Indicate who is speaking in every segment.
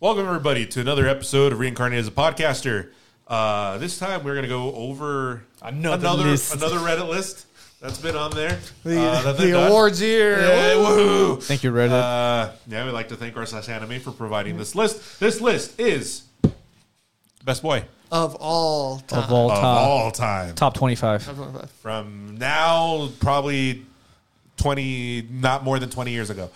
Speaker 1: Welcome everybody to another episode of Reincarnated as a Podcaster. Uh, this time we're going to go over
Speaker 2: Another
Speaker 1: another,
Speaker 2: list.
Speaker 1: another Reddit list that's been on there.
Speaker 3: The,
Speaker 1: Uh, that they've
Speaker 3: the
Speaker 1: done.
Speaker 3: awards here.
Speaker 1: Yeah, woohoo.
Speaker 2: Thank you, Reddit.
Speaker 1: Uh, yeah, we'd like to thank r slash anime for providing this list. This list is best boy
Speaker 3: of all time.
Speaker 2: of all
Speaker 1: of
Speaker 2: top
Speaker 1: all time.
Speaker 2: top twenty five.
Speaker 1: From now, probably twenty, not more than twenty years ago.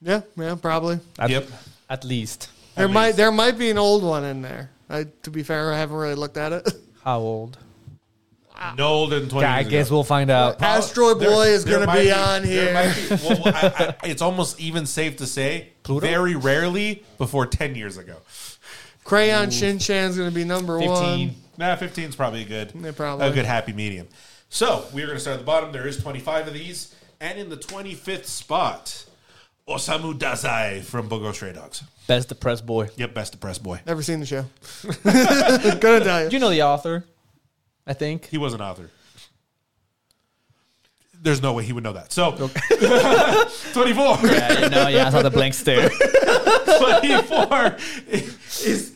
Speaker 3: Yeah, yeah, probably.
Speaker 1: Yep.
Speaker 2: At least.
Speaker 3: There might
Speaker 1: least.
Speaker 3: there might be an old one in there. I, to be fair, I haven't really looked at it.
Speaker 2: How old?
Speaker 1: No older than twenty.
Speaker 2: Yeah, I
Speaker 1: years
Speaker 2: guess
Speaker 1: ago.
Speaker 2: we'll find out.
Speaker 1: Prob-
Speaker 3: Asteroid
Speaker 1: Uh, there-
Speaker 3: Boy is
Speaker 1: there
Speaker 3: gonna
Speaker 1: might
Speaker 3: be
Speaker 1: there
Speaker 3: on here.
Speaker 1: might be- well, well, I- I- it's almost even safe to say
Speaker 2: Pluto?
Speaker 1: very rarely before ten years ago.
Speaker 3: Crayon Shin Chan's going to be number one.
Speaker 1: Nah, 15 is probably good.
Speaker 3: Yeah, probably.
Speaker 1: a good happy medium. So we're going to start at the bottom. There is 25 of these, and in the 25th spot, Osamu Dazai from Bogo Stray Dogs.
Speaker 2: Best depressed boy.
Speaker 1: Yep, best depressed boy.
Speaker 3: Never seen the show. gonna tell you.
Speaker 2: You know the author, I think.
Speaker 1: He was an author. There's no way he would know that. So, 24.
Speaker 2: yeah, Uh, no, yeah, I saw the blank stare.
Speaker 1: 24 is.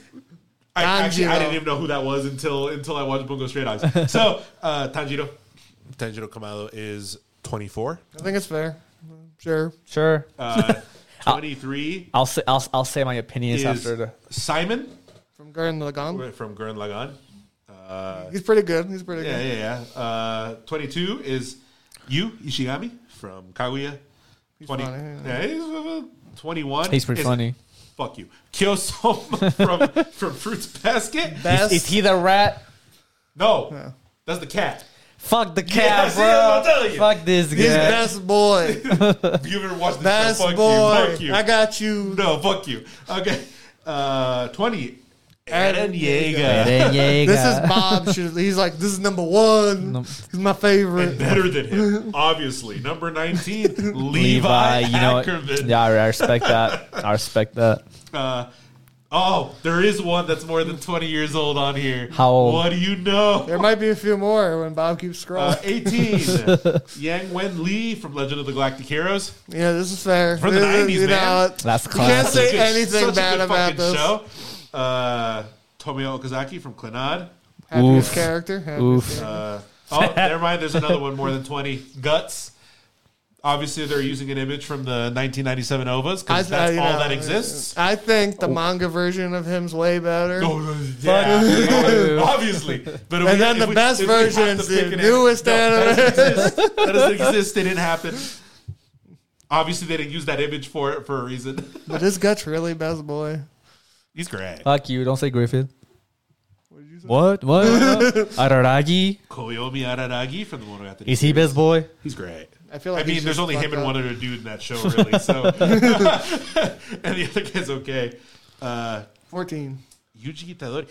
Speaker 1: I, actually, I
Speaker 3: Tanjiro.
Speaker 1: didn't even know who that was until until I watched Bungo Stray Dogs. So uh, Tanjiro, Tanjiro Kamado is 24.
Speaker 3: I think it's fair. Sure.
Speaker 2: Sure,
Speaker 1: Uh, 23
Speaker 2: I'll say I'll, I'll say my opinions
Speaker 1: is
Speaker 2: Ah. after the.
Speaker 1: Simon
Speaker 3: From Garden of the Gone.
Speaker 1: from Gurren Lagann. Uh,
Speaker 3: He's pretty good. He's pretty
Speaker 1: yeah,
Speaker 3: good.
Speaker 1: yeah, yeah. Uh, 22 is Yu Ishigami from Kaguya. 20,
Speaker 3: funny, yeah.
Speaker 1: yeah, he's, uh, 21.
Speaker 2: He's pretty
Speaker 1: is-
Speaker 2: funny.
Speaker 1: Fuck you. Kyosoma from, from Fruits Basket.
Speaker 3: Best.
Speaker 2: Is he the rat?
Speaker 1: No, that's the cat.
Speaker 2: Fuck the cat,
Speaker 1: Yes,
Speaker 2: bro.
Speaker 1: yes, I'm telling you.
Speaker 2: Fuck this
Speaker 3: He's
Speaker 2: guy.
Speaker 3: best boy.
Speaker 1: If you ever watched this
Speaker 3: best
Speaker 1: show, fuck
Speaker 3: boy.
Speaker 1: you. Fuck you.
Speaker 3: I got you.
Speaker 1: no, fuck you. Okay. Uh, 20. Eren
Speaker 3: Eren
Speaker 1: Yeager.
Speaker 3: Yeager.
Speaker 2: Yeah, yeah, yeah.
Speaker 3: This is Bob. Should, he's like, this is number one.
Speaker 2: Num-
Speaker 3: He's my favorite.
Speaker 1: better than him, obviously. Number 19, Levi,
Speaker 2: Levi. You know,
Speaker 1: Ackerman.
Speaker 2: yeah, I respect that. I respect that.
Speaker 1: Uh, oh, there is one that's more than 20 years old on here.
Speaker 2: How old?
Speaker 1: What do you know?
Speaker 3: There might be a few more when Bob keeps
Speaker 1: Uh,
Speaker 3: scrolling.
Speaker 1: 18, Yang Wen Lee from Legend of the Galactic Heroes.
Speaker 3: yeah, this is fair.
Speaker 1: From the
Speaker 3: This
Speaker 1: 90s,
Speaker 3: is-
Speaker 1: man.
Speaker 2: That's
Speaker 3: You can't
Speaker 2: classic.
Speaker 3: say
Speaker 1: Such a- such
Speaker 3: anything
Speaker 1: a
Speaker 3: bad
Speaker 1: good
Speaker 3: about
Speaker 1: fucking
Speaker 3: this.
Speaker 1: Show. Uh, Tomio Okazaki from Clannad.
Speaker 3: Happiest
Speaker 2: Oof.
Speaker 3: character. happiest
Speaker 2: Oof.
Speaker 3: character.
Speaker 1: Uh, oh, never mind. There's another one more than 20. Guts. Obviously, they're using an image from the 1997 OVAs
Speaker 3: I- I-
Speaker 1: because that's
Speaker 3: you
Speaker 1: all
Speaker 3: know,
Speaker 1: that exists.
Speaker 3: I think the manga version of him's way better.
Speaker 1: Oh, yeah. Obviously. But if
Speaker 3: uh, And then
Speaker 1: if
Speaker 3: the best
Speaker 1: if we have
Speaker 3: version
Speaker 1: to
Speaker 3: is
Speaker 1: pick
Speaker 3: the
Speaker 1: an
Speaker 3: newest
Speaker 1: That
Speaker 3: anime.
Speaker 1: doesn't exist. That doesn't exist. It didn't happen. Obviously, they didn't use that image for it for a reason.
Speaker 3: But his gut's really best boy.
Speaker 1: He's great.
Speaker 2: Fuck you. Don't say Griffin. What? What? Araragi?
Speaker 1: Koyomi Araragi from the Monogatari.
Speaker 2: Is he best boy?
Speaker 1: He's great.
Speaker 3: I feel
Speaker 1: I
Speaker 3: like he's
Speaker 1: mean, there's
Speaker 3: just
Speaker 1: only him
Speaker 3: fucked
Speaker 1: and
Speaker 3: up.
Speaker 1: one other dude in that show, really. So, and the other guy's okay. Uh,
Speaker 3: 14.
Speaker 1: Yuji Itadori.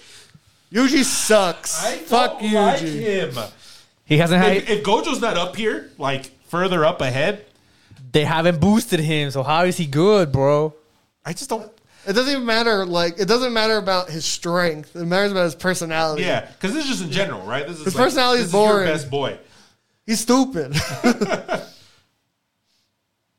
Speaker 3: Yuji sucks. Fuck
Speaker 1: don't
Speaker 3: Yuji.
Speaker 1: like him.
Speaker 2: He hasn't had.
Speaker 1: If, if Gojo's not up here, like further up ahead,
Speaker 2: they haven't boosted him, so how is he good, bro?
Speaker 1: I just don't.
Speaker 3: It doesn't even matter. Like it doesn't matter about his strength. It matters about his personality.
Speaker 1: Yeah, because this is just in general, right? This is
Speaker 3: His personality
Speaker 1: this
Speaker 3: is boring.
Speaker 1: Your best boy.
Speaker 3: He's stupid.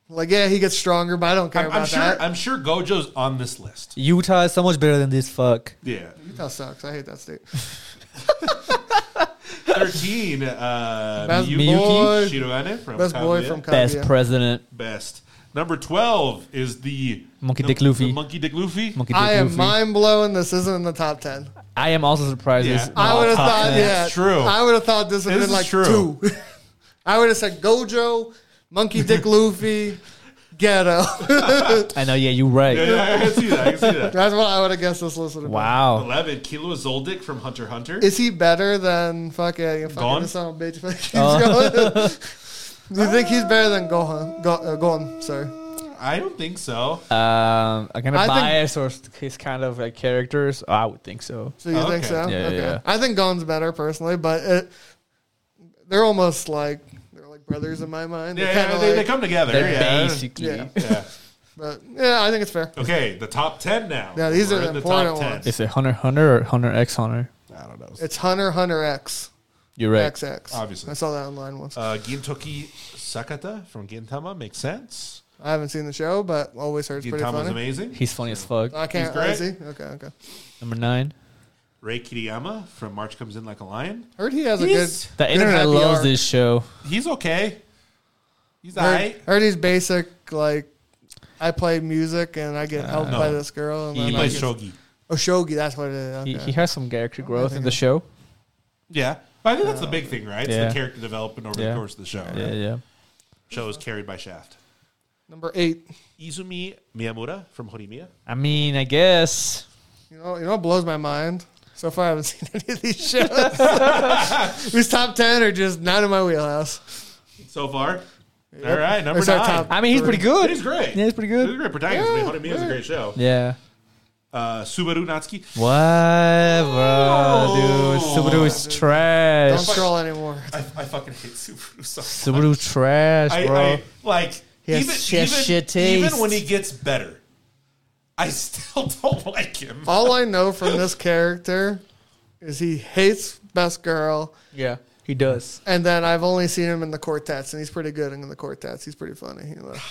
Speaker 3: like yeah, he gets stronger, but I don't care
Speaker 1: I'm,
Speaker 3: about
Speaker 1: I'm sure.
Speaker 3: that.
Speaker 1: I'm sure Gojo's on this list.
Speaker 2: Utah is so much better than this fuck.
Speaker 1: Yeah,
Speaker 3: that sucks. I hate that state.
Speaker 1: thirteen. Uh,
Speaker 3: Best
Speaker 1: Miyuki
Speaker 3: boy.
Speaker 1: Shirogane from
Speaker 3: Best boy
Speaker 1: Kaguya.
Speaker 3: from Kaguya.
Speaker 2: Best president.
Speaker 1: best. Number twelve is the
Speaker 2: Monkey
Speaker 1: the-
Speaker 2: Dick Luffy.
Speaker 1: the Monkey Dick Luffy.
Speaker 2: Monkey
Speaker 3: I
Speaker 2: D.
Speaker 3: am
Speaker 2: Luffy.
Speaker 3: mind blowing. This isn't in the top ten.
Speaker 2: I am also surprised.
Speaker 1: Yeah.
Speaker 2: it's not
Speaker 3: I would have
Speaker 2: top
Speaker 3: thought,
Speaker 2: 10.
Speaker 3: yeah,
Speaker 1: It's true.
Speaker 3: I would have thought this would have
Speaker 1: This
Speaker 3: been like
Speaker 1: is true.
Speaker 3: two. I would have said Gojo, Monkey Dick Luffy, Ghetto. That's
Speaker 2: I know, yeah, you're right.
Speaker 1: Yeah, yeah, I can see that. I can see that.
Speaker 3: what I would have guessed this list would have
Speaker 2: Wow.
Speaker 1: 11, Kilo Zoldyck from Hunter x Hunter.
Speaker 3: been. Is he better than fuck yeah, you
Speaker 1: Gon?
Speaker 3: fucking son of a bitch? Fuck, keeps
Speaker 2: Oh.
Speaker 3: going. Do you think he's better than Gohan? Go, uh, Gon, sorry.
Speaker 1: I don't think so.
Speaker 3: Uh,
Speaker 2: Um, I'm kind
Speaker 3: I
Speaker 2: of
Speaker 3: think-
Speaker 2: biased or s- his kind of like characters. I would think so.
Speaker 3: So you
Speaker 1: Oh,
Speaker 3: think
Speaker 1: okay.
Speaker 3: so?
Speaker 2: Yeah, yeah,
Speaker 3: okay.
Speaker 2: yeah.
Speaker 3: I think Gon's better personally, but it, they're almost like they're like brothers in my mind.
Speaker 1: Yeah,
Speaker 3: They're
Speaker 1: yeah,
Speaker 3: kinda
Speaker 1: they, they
Speaker 3: like-
Speaker 1: come together.
Speaker 2: They're
Speaker 1: yeah.
Speaker 2: basically.
Speaker 3: Yeah.
Speaker 1: Yeah.
Speaker 3: but, yeah, I think it's fair.
Speaker 1: Okay, the top 10 now.
Speaker 3: Yeah, these are
Speaker 1: in
Speaker 3: the important ones.
Speaker 2: Is it Hunter x Hunter or Hunter X Hunter?
Speaker 1: I don't know.
Speaker 3: It's Hunter Hunter X.
Speaker 2: You're right.
Speaker 3: XX.
Speaker 1: Obviously.
Speaker 3: I saw that online once.
Speaker 1: Uh, Gintoki Sakata from Gintama makes sense.
Speaker 3: I haven't seen the show, but always heard it's pretty
Speaker 1: Gintama's
Speaker 3: funny.
Speaker 1: amazing.
Speaker 2: He's funny as fuck.
Speaker 3: I can't.
Speaker 1: He's great.
Speaker 3: I see. Okay, okay.
Speaker 2: Number nine.
Speaker 1: Ray Kiriyama from March Comes In Like a Lion.
Speaker 3: Heard he has a good.
Speaker 1: He's-
Speaker 2: The
Speaker 3: good
Speaker 2: internet
Speaker 3: happy
Speaker 2: loves
Speaker 3: hour.
Speaker 2: this show.
Speaker 1: He's okay. He's
Speaker 3: Heard,
Speaker 1: alright.
Speaker 3: heard he's basic. Like I play music and I get helped
Speaker 1: no.
Speaker 3: by this girl. And
Speaker 2: He
Speaker 1: He
Speaker 3: then I
Speaker 1: plays
Speaker 3: get-
Speaker 1: shogi.
Speaker 3: Oh, shogi. That's what it is. Okay.
Speaker 2: He, he has some character growth in
Speaker 3: think
Speaker 2: the
Speaker 3: I-
Speaker 2: show.
Speaker 1: Yeah. But I think that's the big thing, right? It's
Speaker 2: Yeah.
Speaker 1: the character development over
Speaker 2: Yeah.
Speaker 1: the course of the show.
Speaker 2: Yeah, yeah.
Speaker 1: Show is carried by Shaft.
Speaker 3: Number eight.
Speaker 1: Izumi Miyamura from Horimiya.
Speaker 2: I mean, I guess.
Speaker 3: You know, you know what blows my mind? So far, I haven't seen any of these shows. These top ten are just not in my wheelhouse.
Speaker 1: So far. All right, number
Speaker 3: It's our
Speaker 1: nine.
Speaker 3: top-
Speaker 2: I mean, he's
Speaker 3: Three.
Speaker 2: pretty good.
Speaker 1: He's great.
Speaker 2: Yeah, he's pretty
Speaker 1: He's a
Speaker 2: good.
Speaker 1: great protagonist.
Speaker 3: Yeah,
Speaker 1: man. Horimiya is a
Speaker 3: yeah.
Speaker 1: great show.
Speaker 2: Yeah.
Speaker 1: Uh, Subaru Natsuki.
Speaker 2: What, bro, dude? Subaru is
Speaker 3: Oh. Don't
Speaker 2: trash.
Speaker 3: scroll anymore.
Speaker 1: I, I fucking hate Subaru so much.
Speaker 2: Subaru trash,
Speaker 1: I,
Speaker 2: bro.
Speaker 1: I like
Speaker 2: He has
Speaker 1: even,
Speaker 2: sh-
Speaker 1: even,
Speaker 2: shit
Speaker 1: even
Speaker 2: taste.
Speaker 1: when he gets better, I still don't like him.
Speaker 3: All I know from this character is he hates best girl,
Speaker 2: yeah, he does.
Speaker 3: and then I've only seen him in the quartets, and he's pretty good in the quartets. He's pretty funny. He like-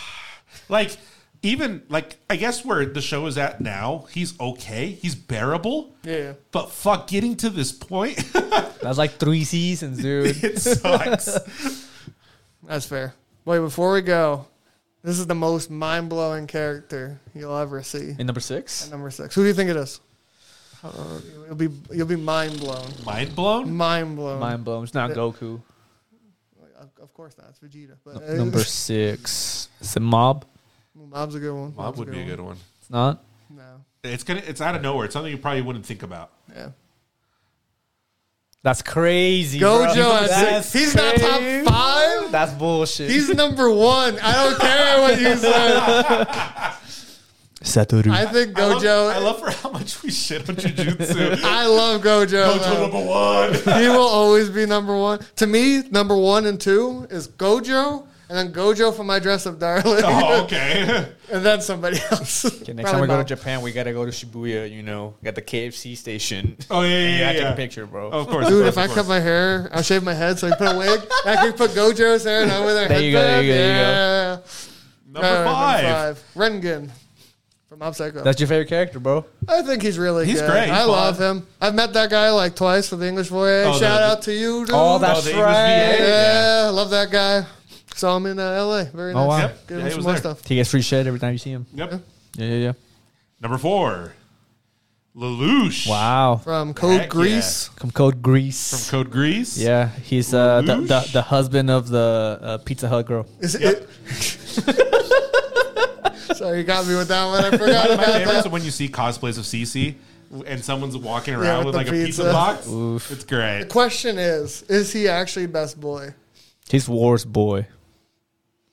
Speaker 1: Like even like I guess where the show is at now, he's okay. He's bearable.
Speaker 3: yeah,
Speaker 1: But fuck, getting to this point,
Speaker 2: That's like three seasons, dude.
Speaker 1: it sucks.
Speaker 3: that's fair. Wait, before we go, this is the most mind blowing character you'll ever see.
Speaker 2: In number six?
Speaker 3: Number six. Who do you think it is? Uh, you'll be you'll be mind blown.
Speaker 1: Mind blown.
Speaker 3: Mind blown.
Speaker 2: Mind blown. It's not
Speaker 3: Yeah.
Speaker 2: Goku.
Speaker 3: Of, of course not. It's Vegeta. But uh,
Speaker 2: Number six. It's a mob.
Speaker 3: Mob's a good one.
Speaker 1: Mob would be a good one.
Speaker 2: It's not.
Speaker 3: one. No.
Speaker 1: It's gonna. It's out of nowhere. It's something you probably wouldn't think about.
Speaker 3: Yeah.
Speaker 2: That's crazy.
Speaker 3: Gojo
Speaker 2: bro.
Speaker 3: at
Speaker 2: That's
Speaker 3: six. He's not top
Speaker 2: crazy.
Speaker 3: five?
Speaker 2: That's bullshit.
Speaker 3: He's number one. I don't care what you say.
Speaker 2: Satoru.
Speaker 3: I think
Speaker 1: I love-
Speaker 3: Gojo.
Speaker 1: I love, for how much we shit on Jujutsu.
Speaker 3: Gojo.
Speaker 1: Gojo
Speaker 3: though.
Speaker 1: number one.
Speaker 3: He will always be number one. To me, number one and two is Gojo, and then Gojo for my dress up darling,
Speaker 1: Oh, okay.
Speaker 3: and then somebody else.
Speaker 2: Okay, next
Speaker 3: Probably
Speaker 2: time we go to
Speaker 3: Bob.
Speaker 2: Japan, we gotta go to Shibuya. You know, got the KFC station.
Speaker 1: Oh yeah, yeah,
Speaker 2: You
Speaker 1: yeah.
Speaker 2: gotta take
Speaker 1: yeah. Oh,
Speaker 2: a picture, bro.
Speaker 1: Of course,
Speaker 3: Dude,
Speaker 1: of course,
Speaker 3: if I
Speaker 1: of
Speaker 3: cut
Speaker 1: course.
Speaker 3: my hair, I'll shave my head so I can put a wig. I can put Gojo's hair and I'm with her
Speaker 2: There you go, there you go, there you go.
Speaker 3: Yeah.
Speaker 1: number
Speaker 3: Alright,
Speaker 1: five.
Speaker 3: Rengen from Mob Psycho.
Speaker 2: That's your favorite character, bro.
Speaker 3: I think he's really
Speaker 1: He's
Speaker 3: good.
Speaker 1: great.
Speaker 3: I
Speaker 1: He's
Speaker 3: love
Speaker 1: fun.
Speaker 3: him. I've met that guy like twice for the English voyage.
Speaker 1: Oh,
Speaker 3: Shout
Speaker 1: the-
Speaker 3: out to you, dude.
Speaker 2: Oh, that's
Speaker 1: the English
Speaker 2: right.
Speaker 1: VA?
Speaker 3: yeah, I love that guy. Saw him in uh, L.A. Very
Speaker 2: Oh,
Speaker 3: nice.
Speaker 2: wow.
Speaker 1: Yep.
Speaker 3: Give
Speaker 1: Yeah,
Speaker 3: him
Speaker 1: he
Speaker 3: some
Speaker 1: was
Speaker 3: more
Speaker 1: there.
Speaker 3: stuff.
Speaker 2: He gets free shit every time you see him.
Speaker 1: Yep.
Speaker 2: Yeah, yeah, yeah.
Speaker 1: Number four, Lelouch.
Speaker 2: Wow.
Speaker 3: From Code
Speaker 1: Heck
Speaker 3: Grease.
Speaker 2: From Code
Speaker 1: From
Speaker 2: Grease.
Speaker 1: Code Grease.
Speaker 2: yeah, he's uh, the, the
Speaker 1: Lelouch?
Speaker 2: the husband of the uh, Pizza Hut girl.
Speaker 3: Is
Speaker 1: Yep.
Speaker 3: it? Sorry, you got me with that one. I forgot
Speaker 1: My
Speaker 3: about
Speaker 1: favorites
Speaker 3: that.
Speaker 1: are when you see cosplays of CC and someone's walking around
Speaker 3: with
Speaker 1: with,
Speaker 3: the
Speaker 1: like a pizza
Speaker 3: pizza.
Speaker 1: box.
Speaker 2: Oof.
Speaker 1: It's great.
Speaker 3: Question is, is he actually best boy?
Speaker 2: He's War's boy.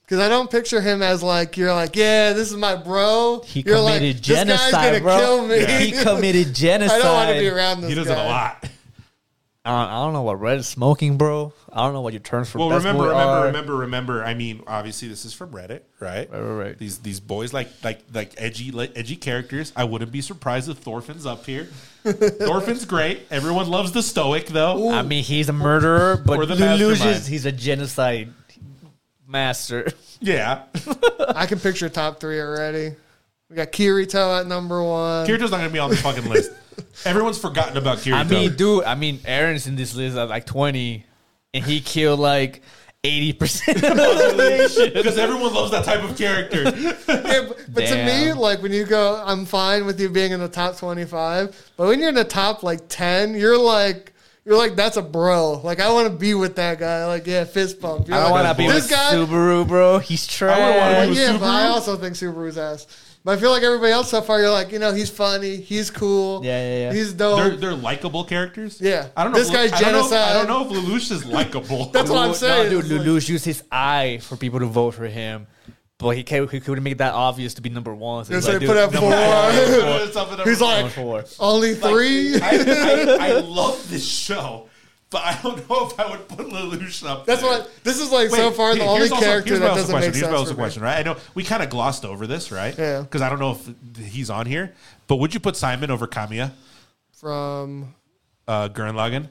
Speaker 3: Because I don't picture him as like you're like, yeah, this is my bro.
Speaker 2: He
Speaker 3: you're like,
Speaker 2: committed
Speaker 3: this
Speaker 2: genocide,
Speaker 3: guy's gonna
Speaker 2: bro.
Speaker 3: kill me.
Speaker 2: He committed genocide.
Speaker 3: I don't want to be around this.
Speaker 1: He does it a
Speaker 3: guy.
Speaker 1: lot.
Speaker 2: I don't, I don't know what red is smoking, bro. I don't know what your terms for
Speaker 1: Well,
Speaker 2: best
Speaker 1: remember,
Speaker 2: boy
Speaker 1: remember,
Speaker 2: are.
Speaker 1: remember, remember. I mean, obviously, this is from Reddit, right?
Speaker 2: Right, right, right.
Speaker 1: These these boys like like like edgy like edgy characters. I wouldn't be surprised if Thorfinn's up here. Thorfinn's great. Everyone loves the Stoic though.
Speaker 2: I mean, he's a murderer, but
Speaker 1: Or the
Speaker 2: Lelouch
Speaker 1: mastermind.
Speaker 2: is he's a genocide master.
Speaker 1: Yeah,
Speaker 3: I can picture top three already. We got Kirito at number one.
Speaker 1: Kirito's not gonna be on the fucking list. Everyone's forgotten about Kirito.
Speaker 2: I mean, dude. I mean, Aaron's in this list at like twenty, and he killed like eighty percent of the nation.
Speaker 1: because everyone loves that type of character.
Speaker 3: Yeah, but but to me,
Speaker 2: Damn.
Speaker 3: like when you go, I'm fine with you being in the top 25. But when you're in the top like 10, you're like. You're like that's a bro. Like I want to be with that guy. Like yeah, fist bump. You're
Speaker 2: I don't
Speaker 3: like,
Speaker 2: want to be
Speaker 3: this
Speaker 2: with
Speaker 3: guy.
Speaker 2: Subaru, bro. He's
Speaker 1: wouldn't wanna be
Speaker 2: trash.
Speaker 1: with-
Speaker 3: Yeah, but I
Speaker 1: Subaru?
Speaker 3: also think Subaru's ass. But I feel like everybody else so far, you're like, you know, he's funny, he's cool,
Speaker 2: Yeah, yeah, yeah.
Speaker 3: he's
Speaker 1: They're
Speaker 3: dope.
Speaker 1: they're likable characters.
Speaker 3: Oh. Yeah.
Speaker 1: I don't know.
Speaker 3: This
Speaker 1: if-
Speaker 3: guy's
Speaker 1: I don't know if- I
Speaker 3: genocide.
Speaker 1: don't know if Lelouch is likable.
Speaker 3: That's what I'm
Speaker 2: No,
Speaker 3: saying.
Speaker 2: dude.
Speaker 3: It's like-
Speaker 2: Lelouch used his eye for people to vote for him, but he can't, he couldn't make that obvious to be number one. So
Speaker 3: Yeah,
Speaker 2: he's
Speaker 3: so
Speaker 2: like,
Speaker 3: they
Speaker 2: dude,
Speaker 3: put up
Speaker 2: number
Speaker 3: four. He's
Speaker 1: like.
Speaker 2: number four.
Speaker 3: like only three.
Speaker 1: I, I, I love this show, but I don't know if I would put Lelouch up.
Speaker 3: That's
Speaker 1: there.
Speaker 3: what. This is like so
Speaker 1: Wait,
Speaker 3: far the
Speaker 1: here-
Speaker 3: only
Speaker 1: here's also-
Speaker 3: character
Speaker 1: here's my
Speaker 3: that
Speaker 1: also
Speaker 3: doesn't
Speaker 1: question,
Speaker 3: make
Speaker 1: Here's my
Speaker 3: sense.
Speaker 1: also
Speaker 3: for me.
Speaker 1: question, right? I know we kind of glossed over this, right?
Speaker 3: Yeah.
Speaker 1: Because I don't know if he's on here, but would you put Simon over Kamiya,
Speaker 3: From
Speaker 1: uh, Gurren Lagann?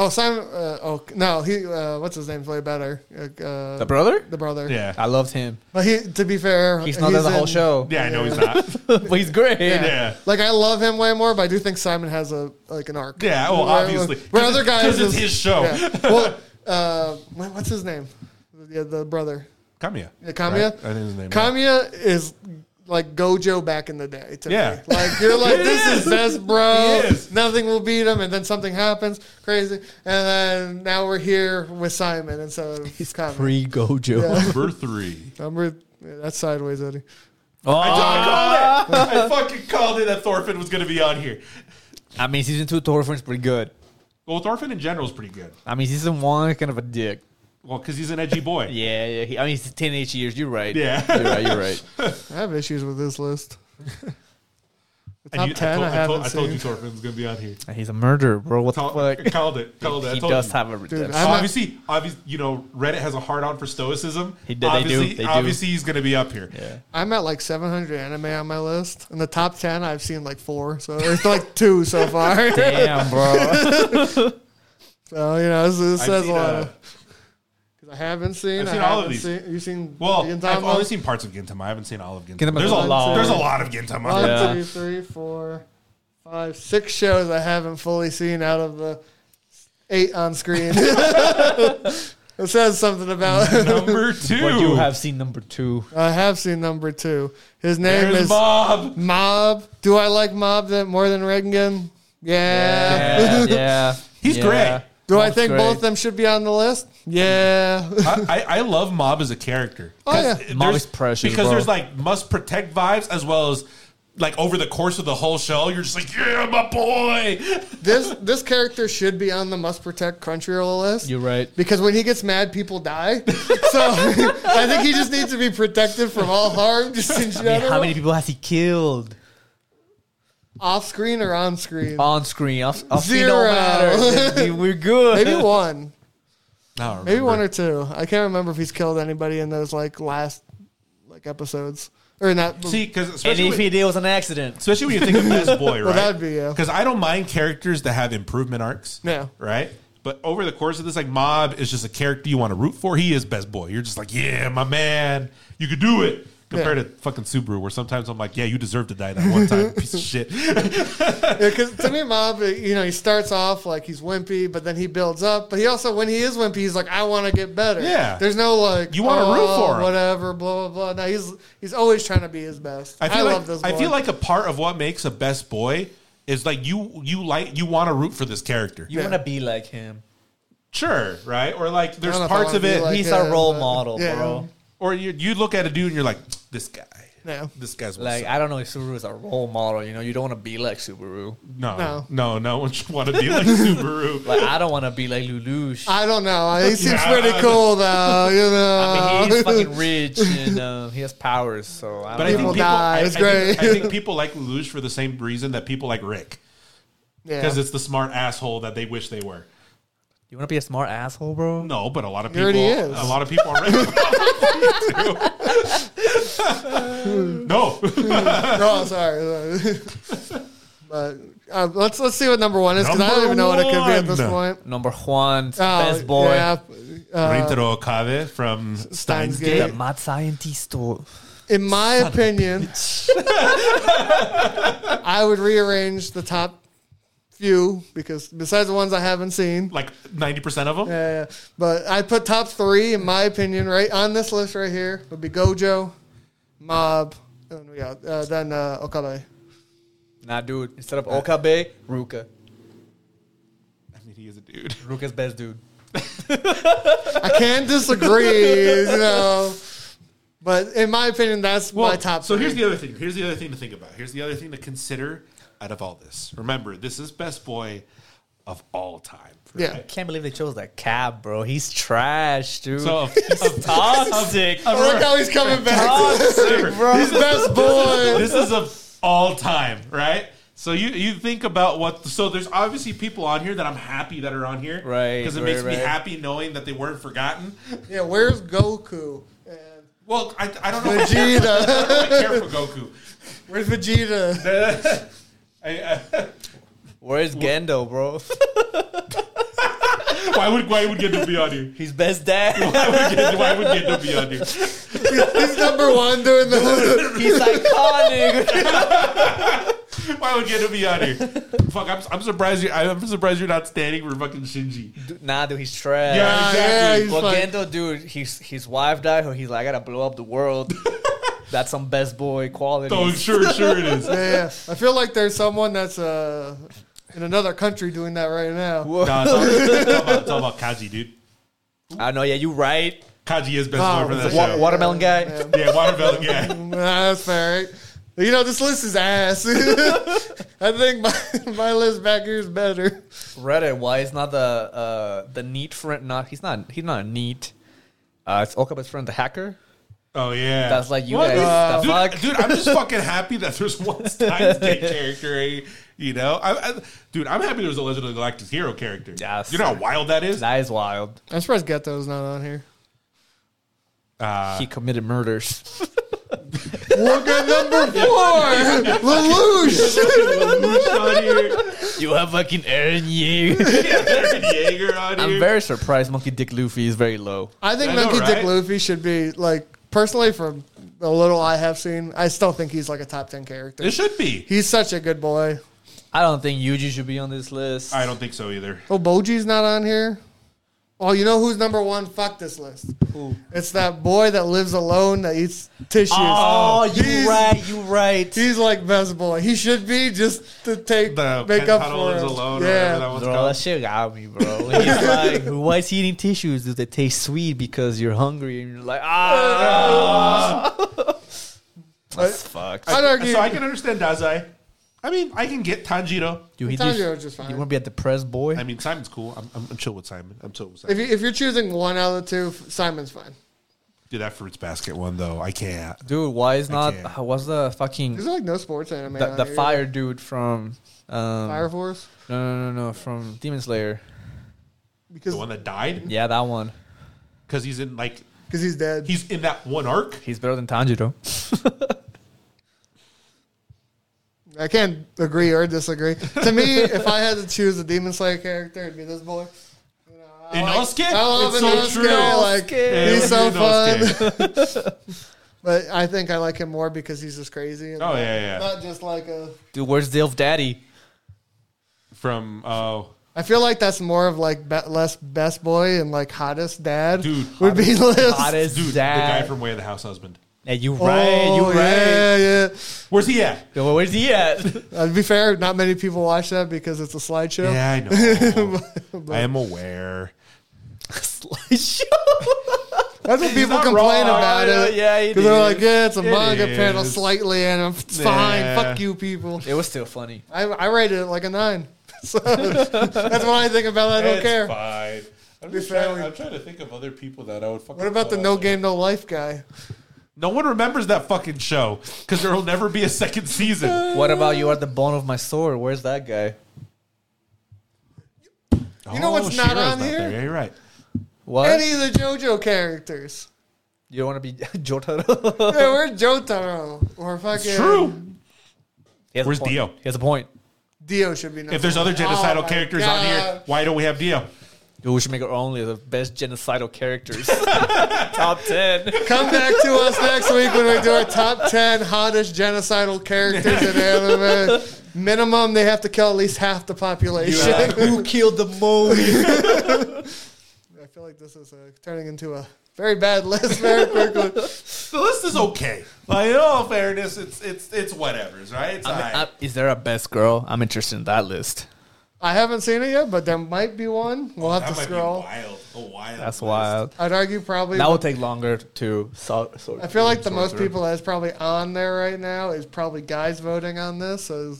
Speaker 3: Oh, Simon. Uh, oh no, he. Uh, what's his name? Play better. Uh, uh,
Speaker 2: The brother?
Speaker 3: the brother.
Speaker 1: Yeah.
Speaker 2: I loved him.
Speaker 3: But he, to be fair,
Speaker 2: He's not there the whole
Speaker 3: in-
Speaker 2: show,
Speaker 1: Yeah, I know he's not.
Speaker 2: but he's great.
Speaker 1: Yeah.
Speaker 3: Like I love him way more, but I do think Simon has a like an arc.
Speaker 1: Yeah, well,
Speaker 3: Where-
Speaker 1: obviously.
Speaker 3: Where other guys
Speaker 1: Because it's
Speaker 3: is-
Speaker 1: his show.
Speaker 3: Yeah. Well, uh, what- what's his name? Yeah, the brother.
Speaker 1: Kamiya.
Speaker 3: Yeah, Kamiya.
Speaker 1: Right? I think his name. yeah.
Speaker 3: Kamiya is like Gojo back in the day. To
Speaker 1: Yeah.
Speaker 3: me. like you're like this is. best, bro.
Speaker 1: He is.
Speaker 3: Nothing will beat him, and then something happens, crazy, and then now we're here with Simon, and so he's Kamiya.
Speaker 2: Pre Gojo.
Speaker 1: Number three.
Speaker 3: Number yeah, that's sideways, Eddie.
Speaker 1: I, called
Speaker 2: Oh,
Speaker 1: it. I fucking called it that Thorfinn was going to be on here.
Speaker 2: I mean, season two Thorfinn's pretty good.
Speaker 1: Well, Thorfinn in general is pretty good.
Speaker 2: I mean, season one kind of a dick.
Speaker 1: Well, because he's an edgy boy.
Speaker 2: Yeah, yeah. He, I mean, it's 10 each years. You're right.
Speaker 1: Yeah.
Speaker 2: You're right. You're right.
Speaker 3: I have issues with this list. The
Speaker 1: And
Speaker 3: top
Speaker 1: you- I,
Speaker 3: ten
Speaker 1: told,
Speaker 3: I,
Speaker 1: I, told,
Speaker 3: haven't
Speaker 1: I told you
Speaker 3: seen.
Speaker 1: Thorfinn's going to be on here.
Speaker 2: He's a murderer, bro. What
Speaker 1: Call,
Speaker 2: the fuck?
Speaker 1: called it. Called it. I
Speaker 2: He
Speaker 1: told
Speaker 2: does
Speaker 1: you.
Speaker 2: have a redemption.
Speaker 3: I- I'm not-
Speaker 1: obviously, obviously, you know, Reddit has a hard on for stoicism.
Speaker 2: He did- they do,
Speaker 1: obviously,
Speaker 2: they do.
Speaker 1: obviously, he's going to be up here.
Speaker 2: yeah.
Speaker 3: I'm at like 700 anime on my list, and the top 10 I've seen like four, so it's like two so far.
Speaker 2: Damn, bro.
Speaker 3: So you know, this, this
Speaker 1: I've
Speaker 3: says a
Speaker 1: seen,
Speaker 3: lot.
Speaker 1: uh,
Speaker 3: of, Cause I haven't seen.
Speaker 1: I've
Speaker 3: I
Speaker 1: seen all
Speaker 3: haven't
Speaker 1: of these.
Speaker 3: Seen, you seen?
Speaker 1: Well,
Speaker 3: Gintama?
Speaker 1: I've only seen parts of Gintama. I haven't seen all of Gintama.
Speaker 2: Gintama's
Speaker 1: there's a
Speaker 2: one,
Speaker 1: lot.
Speaker 3: two.
Speaker 1: There's a lot of Gintama.
Speaker 3: One,
Speaker 2: Yeah.
Speaker 3: two, three, four, five, six shows I haven't fully seen out of the eight on screen. it says something about.
Speaker 1: Number two.
Speaker 2: But you have seen number two.
Speaker 3: I have seen number two. His name
Speaker 1: There's
Speaker 3: is
Speaker 1: Bob.
Speaker 3: Mob. Do I like Mob that more than Rengen? Yeah.
Speaker 2: Yeah. yeah.
Speaker 1: He's
Speaker 2: yeah.
Speaker 1: great.
Speaker 3: Do I
Speaker 2: That's
Speaker 3: think
Speaker 2: great.
Speaker 3: both of them should be on the list? Yeah.
Speaker 1: I, I, I love Mob as a character.
Speaker 3: Oh,
Speaker 1: 'Cause
Speaker 3: yeah.
Speaker 1: there's-
Speaker 2: Mob is precious,
Speaker 1: Because
Speaker 2: bro.
Speaker 1: there's like must protect vibes as well as like over the course of the whole show, you're just like, yeah, my boy.
Speaker 3: this this character should be on the must protect Crunchyroll list.
Speaker 2: You're right.
Speaker 3: Because when he gets mad, people die. So I think he just needs to be protected from all harm, just in
Speaker 2: I mean,
Speaker 3: general.
Speaker 2: how many people has he killed?
Speaker 3: off screen or on screen?
Speaker 2: On screen, off, off
Speaker 3: Zero.
Speaker 2: Screen, don't matter. We're good.
Speaker 3: Maybe one,
Speaker 1: I don't
Speaker 3: maybe
Speaker 1: remember.
Speaker 3: one or two. I can't remember if he's killed anybody in those like last like episodes or not.
Speaker 1: See, because
Speaker 2: And
Speaker 1: especially,
Speaker 2: if
Speaker 1: when-
Speaker 2: he did, it was an accident.
Speaker 1: especially when you think of best boy, right?
Speaker 3: well, that'd be yeah.
Speaker 1: Because I don't mind characters that have improvement arcs.
Speaker 3: Yeah.
Speaker 1: Right? But over the course of this, like Mob is just a character you want to root for. He is best boy. You're just like, yeah, my man, you could do it. Compared to fucking Subaru, where sometimes I'm like, yeah, you deserve to die that one time, piece of shit.
Speaker 3: Yeah, 'cause to me, Mob, uh, you know, he starts off like he's wimpy, but then he builds up. But he also, when he is wimpy, he's like, I want to get better.
Speaker 1: Yeah.
Speaker 3: There's no like, "Oh,
Speaker 1: You wanna root for him.
Speaker 3: Whatever, blah, blah, blah. No, he's he's always trying to be his best. I,
Speaker 1: I feel like
Speaker 3: love this boy.
Speaker 1: I feel like a part of what makes a best boy is like you you like you want to root for this character.
Speaker 2: You want to be like him.
Speaker 1: sure, right? Or like there's
Speaker 3: I don't know if I
Speaker 1: parts
Speaker 3: wanna
Speaker 1: of
Speaker 3: be
Speaker 1: it,
Speaker 3: like-
Speaker 2: He's our
Speaker 3: him,
Speaker 2: role
Speaker 3: but-
Speaker 2: model,
Speaker 3: yeah.
Speaker 2: bro.
Speaker 1: or you you look at a dude and you're like, this guy,
Speaker 3: No.
Speaker 1: this guy's what's
Speaker 2: Like,
Speaker 1: up.
Speaker 2: I don't know if Subaru is our role model. You know, you don't want to be like Subaru.
Speaker 1: no, no,
Speaker 3: No.
Speaker 1: no, no one should want to be like Subaru.
Speaker 2: Like, I don't want to be like Lelouch.
Speaker 3: I don't know. He seems
Speaker 1: Yeah.
Speaker 3: pretty cool, though. You know.
Speaker 2: I mean, he's fucking rich and uh, he has powers, so
Speaker 1: But
Speaker 2: I don't
Speaker 1: I think
Speaker 3: People
Speaker 1: people,
Speaker 3: die,
Speaker 1: I,
Speaker 3: it's
Speaker 1: I think- I
Speaker 3: great.
Speaker 1: think people like Lelouch for the same reason that people like Rick
Speaker 3: yeah.
Speaker 1: because it's the smart asshole that they wish they were.
Speaker 2: You want to be a smart asshole, bro?
Speaker 1: No, but a lot of
Speaker 3: He
Speaker 1: people,
Speaker 3: already is.
Speaker 1: a lot of people are no,
Speaker 3: No, Oh, sorry. sorry. but uh, let's let's see what number one is because I don't
Speaker 1: Number
Speaker 3: even know what it could be at this
Speaker 1: one.
Speaker 3: point.
Speaker 2: Number Juan's
Speaker 3: Oh,
Speaker 2: best boy.
Speaker 3: Yeah. Uh,
Speaker 1: Rintaro Okabe from Steins
Speaker 3: Steins
Speaker 1: Gate.
Speaker 3: Gate.
Speaker 2: The mad scientist. or-
Speaker 3: In my opinion, I would rearrange the top few because besides the ones I haven't seen,
Speaker 1: Like ninety percent of them.
Speaker 3: uh, but I put top three in my opinion right on this list right here would be Gojo, Mob, and then we got uh, then uh, Okabe.
Speaker 2: Nah, dude. Instead of Okabe, Ruka.
Speaker 1: I mean, he is a dude.
Speaker 2: Ruka's best dude.
Speaker 3: I can't disagree, you know. But in my opinion, that's my top.
Speaker 1: So
Speaker 3: three.
Speaker 1: here's the other thing. Here's the other thing to think about. Here's the other thing to consider out of all this. Remember, this is best boy of all time.
Speaker 3: yeah.
Speaker 2: Can't believe they chose that cab, bro. He's trash, dude.
Speaker 1: So of, of,
Speaker 2: toxic.
Speaker 3: I like how he's coming back.
Speaker 1: remember,
Speaker 3: He's best boy.
Speaker 1: this is of all time, right? So you you think about what? So there's obviously people on here that I'm happy that are on here,
Speaker 2: Right,
Speaker 1: Because it
Speaker 2: right,
Speaker 1: makes me
Speaker 2: right.
Speaker 1: happy knowing that they weren't forgotten.
Speaker 3: Yeah, where's Goku? And
Speaker 1: Well, I, I don't know. if I care-
Speaker 3: Vegeta.
Speaker 1: I don't care for Goku.
Speaker 3: Where's Vegeta?
Speaker 1: I, I,
Speaker 2: Where's Gendo, bro?
Speaker 1: Why would why would Gendo be on here?
Speaker 2: He's best dad.
Speaker 1: Why would Gendo, why would Gendo be on here?
Speaker 3: He's number one doing the.
Speaker 2: He's iconic.
Speaker 1: Why would Gendo be on here? Fuck, I'm, I'm surprised you. I'm surprised you're not standing for fucking Shinji.
Speaker 2: Dude, nah, dude, he's trash.
Speaker 1: Yeah.
Speaker 3: Ah,
Speaker 1: exactly.
Speaker 3: he's
Speaker 2: Well,
Speaker 3: fine.
Speaker 2: Gendo, dude, he's his wife died. Or he's like, I gotta blow up the world. That's some best boy quality.
Speaker 1: Oh, sure, sure it is.
Speaker 3: Yeah, yeah. I feel like there's someone that's uh, in another country doing that right now.
Speaker 2: Whoa.
Speaker 1: Nah, talk, talk about, talk about Kaji, dude.
Speaker 2: I know. Yeah, you right.
Speaker 1: Kaji is best
Speaker 3: Oh,
Speaker 1: boy for that
Speaker 2: Wa-
Speaker 1: show.
Speaker 2: watermelon guy.
Speaker 1: Yeah, watermelon guy.
Speaker 3: Nah, that's fair, right? You know, this list is ass. I think my, my list back here is better.
Speaker 2: Reddit. Why is not the uh the neat friend? Not he's not he's not a neat. Uh, it's Okaba's friend, the hacker.
Speaker 1: Oh yeah,
Speaker 2: That's like you
Speaker 1: What is-
Speaker 2: guys. The
Speaker 1: dude,
Speaker 2: fuck?
Speaker 1: dude, I'm just fucking happy that there's one Steins Gate character. eh? You know, I, I, dude, I'm happy there's a Legend of the Galactus hero character.
Speaker 2: Yes.
Speaker 1: you know how wild that is.
Speaker 2: That is wild.
Speaker 3: I'm surprised Ghetto's not on here.
Speaker 1: Uh,
Speaker 2: he committed murders.
Speaker 3: Look at number four, Lelouch.
Speaker 1: on here,
Speaker 2: you have fucking Aaron Yeager.
Speaker 1: Aaron Yeager on
Speaker 2: I'm
Speaker 1: here.
Speaker 2: very surprised Monkey Dick Luffy is very low.
Speaker 3: I think
Speaker 1: I know,
Speaker 3: Monkey Dick
Speaker 1: right?
Speaker 3: Luffy should be like personally from a little I have seen. I still think he's like a top ten character.
Speaker 1: it should be.
Speaker 3: He's such a good boy.
Speaker 2: I don't think Yuji should be on this list.
Speaker 1: I don't think so either.
Speaker 3: Oh, Boji's not on here. Oh, you know who's number one? Fuck this list. It's that boy that lives alone that eats tissues.
Speaker 2: Oh,
Speaker 3: he's-
Speaker 2: you right, you right.
Speaker 3: He's like best boy. He should be just to take
Speaker 1: The
Speaker 3: make
Speaker 1: Ken
Speaker 3: up
Speaker 1: Tuttle
Speaker 3: for
Speaker 1: is
Speaker 3: him.
Speaker 1: alone. Or whatever that
Speaker 3: yeah,
Speaker 1: one's
Speaker 2: Bro, that
Speaker 1: called.
Speaker 2: shit got me, bro. He's like, why is he eating tissues? Do they taste sweet because you're hungry and you're like, ah, that's fucked.
Speaker 3: I'd argue.
Speaker 1: So I can understand Dazai. I mean, I can get Tanjiro.
Speaker 2: Dude, he just,
Speaker 3: Tanjiro is
Speaker 2: you
Speaker 3: just fine.
Speaker 2: want to be a depressed boy?
Speaker 1: I mean, Simon's cool. I'm, I'm, I'm chill with Simon. I'm chill with Simon.
Speaker 3: if, you, if you're choosing one out of the two, Simon's fine.
Speaker 1: Dude, that fruits basket one though, I can't.
Speaker 2: Dude, why is not?
Speaker 1: can't.
Speaker 2: uh, What's the fucking
Speaker 3: There's like no sports anime.
Speaker 2: the,
Speaker 3: on
Speaker 2: the
Speaker 3: here.
Speaker 2: fire dude from? Um,
Speaker 3: Fire Force
Speaker 2: No, no, no, no, from Demon Slayer.
Speaker 3: because
Speaker 1: The one that died
Speaker 2: Yeah, that one.
Speaker 1: because he's in like
Speaker 3: because he's dead.
Speaker 1: he's in that one arc.
Speaker 2: He's better than Tanjiro.
Speaker 3: I can't agree or disagree. to me, if I had to choose a Demon Slayer character, it'd be this boy. I like-
Speaker 1: Inosuke?
Speaker 3: I love
Speaker 1: It's so
Speaker 3: Inosuke.
Speaker 1: true.
Speaker 3: Like,
Speaker 2: Inosuke.
Speaker 3: he's so fun.
Speaker 1: Inosuke.
Speaker 3: But I think I like him more because he's just crazy. And
Speaker 1: Oh yeah, yeah.
Speaker 3: Not just like a.
Speaker 2: Dude, where's Dilf Daddy?
Speaker 1: From oh,
Speaker 3: I feel like that's more of like be- less best boy and like hottest dad
Speaker 1: Dude,
Speaker 3: would be less.
Speaker 2: Hottest
Speaker 1: dude,
Speaker 2: dad.
Speaker 1: the guy from Way of the House Husband.
Speaker 2: Yeah, you
Speaker 3: Oh,
Speaker 2: right, you right.
Speaker 3: Yeah, yeah.
Speaker 1: Where's he at?
Speaker 2: Yo, well, Where's he at?
Speaker 3: Uh, to be fair, not many people watch that because it's a slideshow.
Speaker 1: Yeah, I know. I am aware.
Speaker 2: Slideshow.
Speaker 3: That's what people
Speaker 1: not
Speaker 3: complain
Speaker 1: wrong.
Speaker 3: about
Speaker 2: Yeah,
Speaker 3: it.
Speaker 2: yeah, he
Speaker 3: because they're
Speaker 2: did.
Speaker 3: like, yeah, it's a
Speaker 1: It
Speaker 3: manga panel,
Speaker 1: is.
Speaker 3: slightly, and I'm it's fine.
Speaker 1: Yeah.
Speaker 3: Fuck you, people.
Speaker 2: It was still funny.
Speaker 3: I, I rated it like a nine. So that's what I think about. it. I don't
Speaker 1: it's
Speaker 3: care.
Speaker 1: Fine. I'm,
Speaker 3: Be
Speaker 1: just
Speaker 3: fair,
Speaker 1: trying,
Speaker 3: we-
Speaker 1: I'm trying to think of other people that I would fucking.
Speaker 3: What about the
Speaker 1: put
Speaker 3: no
Speaker 1: on.
Speaker 3: game, no life guy?
Speaker 1: No one remembers that fucking show because there will never be a second season.
Speaker 3: Uh,
Speaker 2: What about you are the bone of my sword? Where's that guy?
Speaker 3: You know what's not
Speaker 1: Shiro's
Speaker 3: on here?
Speaker 1: Oh, there. Yeah, you're right.
Speaker 2: What?
Speaker 3: Any of the JoJo characters?
Speaker 2: You don't want to be Jotaro?
Speaker 3: Yeah, we're Jotaro or fucking
Speaker 1: True.
Speaker 2: He has a
Speaker 1: Where's
Speaker 2: point.
Speaker 1: Dio?
Speaker 2: He has a point.
Speaker 3: Dio should be. Oh
Speaker 1: If there's other genocidal characters on here, why don't we have Dio?
Speaker 2: Dude, we should make our only the best genocidal characters. Top 10.
Speaker 3: come back to us next week when we do our top ten hottest genocidal characters in anime. Minimum, they have to kill at least half the population.
Speaker 1: Yeah.
Speaker 2: Who killed the most?
Speaker 3: I feel like this is uh, turning into a very bad list very quickly.
Speaker 1: The list is okay. Like in all fairness, it's it's it's whatever's right. It's all right.
Speaker 2: is there a best girl? I'm interested in that list.
Speaker 3: I haven't seen it yet, but there might be one. We'll have
Speaker 1: Oh, that
Speaker 3: to
Speaker 1: might
Speaker 3: scroll.
Speaker 1: be wild. A wild.
Speaker 2: That's
Speaker 1: list.
Speaker 2: wild.
Speaker 3: I'd argue probably.
Speaker 2: That will take longer to sort.
Speaker 3: I feel like the most people that's probably on there right now is probably guys voting on this. So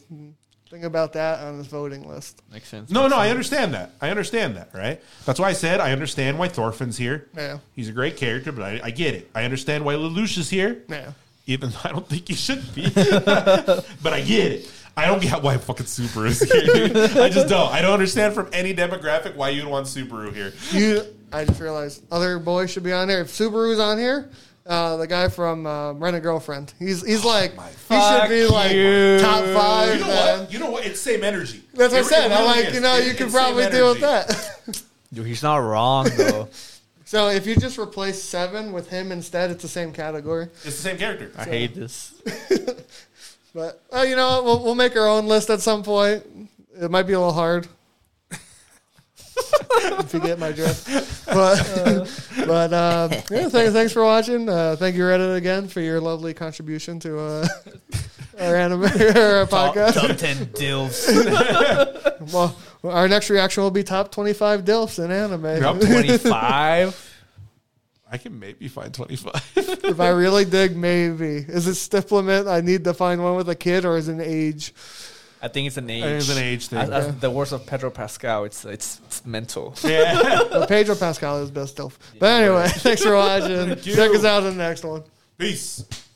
Speaker 3: think about that on this voting list.
Speaker 2: Makes sense.
Speaker 1: No, no, I understand that. I understand that, right? That's why I said I understand why Thorfinn's here.
Speaker 3: Yeah.
Speaker 1: He's a great character, but I, I get it. I understand why Lelouch is here,
Speaker 3: Yeah.
Speaker 1: even though I don't think he should be. but I get it. I don't get why fucking Subaru is here, dude. I just don't. I don't understand from any demographic why you'd want Subaru here.
Speaker 3: You, I just realized other boys should be on there. If Subaru's on here, uh, the guy from uh, Rent a Girlfriend, he's he's
Speaker 1: Oh
Speaker 3: like he should
Speaker 2: Fuck
Speaker 3: be like
Speaker 2: you.
Speaker 3: top five.
Speaker 1: You know
Speaker 3: man.
Speaker 1: what? You know what? It's same energy.
Speaker 3: That's what I
Speaker 1: It-
Speaker 3: said.
Speaker 1: it
Speaker 3: I'm
Speaker 1: really
Speaker 3: like
Speaker 1: is.
Speaker 3: you know
Speaker 1: It-
Speaker 3: you can
Speaker 1: it's same
Speaker 3: probably deal with
Speaker 1: energy.
Speaker 3: that.
Speaker 2: Yo, he's not wrong though.
Speaker 3: So if you just replace seven with him instead, it's the same category.
Speaker 1: It's the same character.
Speaker 2: I hate this.
Speaker 3: But oh, you know what? We'll, we'll make our own list at some point. It might be a little hard if you get my drift. But but uh, yeah, thanks, thanks for watching. Uh, thank you Reddit again for your lovely contribution to uh, our anime or our
Speaker 2: Top,
Speaker 3: podcast.
Speaker 2: top ten dilfs.
Speaker 3: Well, our next reaction will be top twenty-five dilfs in anime.
Speaker 1: Yep.
Speaker 2: Twenty five.
Speaker 1: I can maybe find 25.
Speaker 3: If I really dig, maybe is it stiff limit? I need to find one with a kid or is it an age?
Speaker 2: I think it's an age.
Speaker 1: it's an age thing.
Speaker 2: As, as the words of Pedro Pascal, it's it's, it's mental.
Speaker 1: yeah.
Speaker 3: But Pedro Pascal is best dilf. But anyway, thanks for watching.
Speaker 1: you.
Speaker 3: Check us out in the next one.
Speaker 1: Peace.